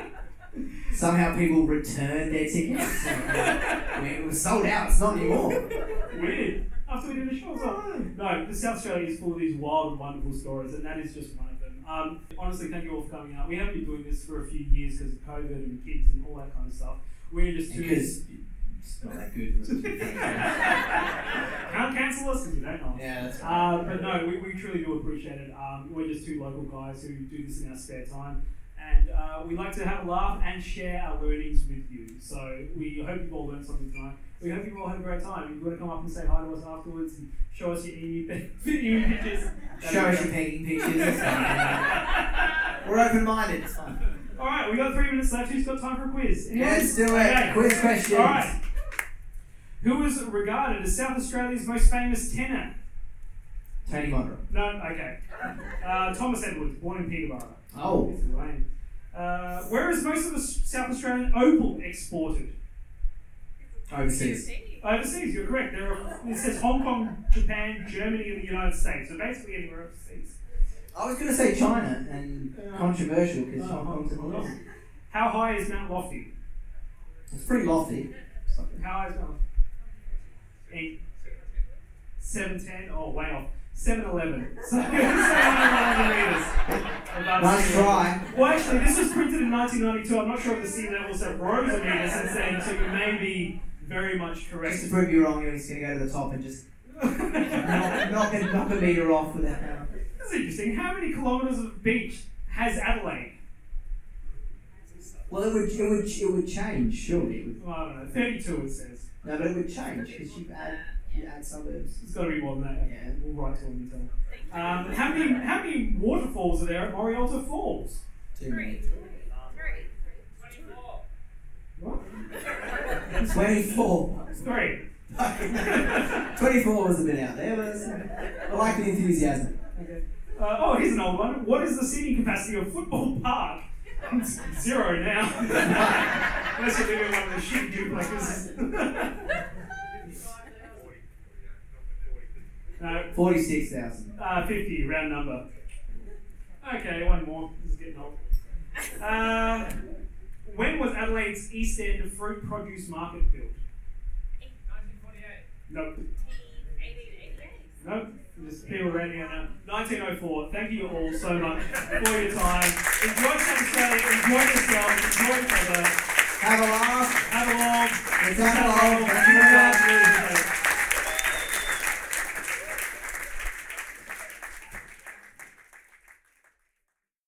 Somehow people return their tickets. I mean, it was sold out. It's not anymore.
Weird. After we did the show as well. No, the South Australia is full of these wild and wonderful stories, and that is just one of them. Um, honestly, thank you all for coming out. We haven't been doing this for a few years because of COVID and kids and all that kind of stuff. We're just doing
Because it's not that good.
Can't cancel us because we don't know.
Yeah, that's right.
Uh, but no, we, we truly do appreciate it. Um, we're just two local guys who do this in our spare time. And uh, we like to have a laugh and share our learnings with you. So we hope you've all learned something tonight. We hope you've all had a great time. If you want to come up and say hi to us afterwards and show us your emu emu pictures, that'd
Show
be
us
great.
your pegging pictures. It's fine. We're open minded. It's fine.
All right, we got three minutes left. Who's got time for a quiz? Anyone?
Let's do
Okay.
it. Quiz questions.
All right. Who is regarded as South Australia's most famous tenor?
Tony Monroe.
No, okay. Uh, Thomas Edwards, born in Peterborough.
Oh.
It's lame. Uh, where is most of the S- South Australian opal exported?
Overseas.
Overseas, you're correct. There are, it says Hong Kong, Japan, Germany, and the United States. So basically anywhere overseas.
I was going to say China and controversial because Hong Kong's in the list.
How high is Mount Lofty?
It's pretty lofty.
How high is Mount Lofty? Eight. 710? Oh, way off. 711. So, 711 meters. Above
Nice
sea
try.
Well, actually, this was printed in 1992. I'm not sure if the sea levels have rose a meter since then, so you may be very much
Just to
correct.
prove you wrong, you're just going to go to the top and just knock, knock, a, knock a meter off with that hammer.
That's interesting. How many kilometres of beach has Adelaide?
Well, it would, it would, it would change, surely. It would,
Well, I don't know. 32, it says.
no, but it would change because you add, you add suburbs.
It's got to be more than that. Okay,
Yeah.
We'll write to them and tell them. Um, how, many, how many waterfalls are there at Morialta Falls?
Too many.
What?
Twenty-four.
Three.
Twenty-four was a bit out there, but it's- I like the enthusiasm.
Okay. Uh, oh, here's an old one. What is the seating capacity of football park? It's Zero now. Unless you're doing one of the shitty duplexes. no,
Forty-six thousand.
uh, 50, round number. Okay, one more. This is getting old. Uh, when was Adelaide's East End fruit produce market built? Nope. Nope. Just people rating out now. 1904. Thank you all so much for your time. Enjoy South Australia. Enjoy yourself. Enjoy each other.
Have a laugh.
Have a long.
Let's have a laugh. Thank you very much.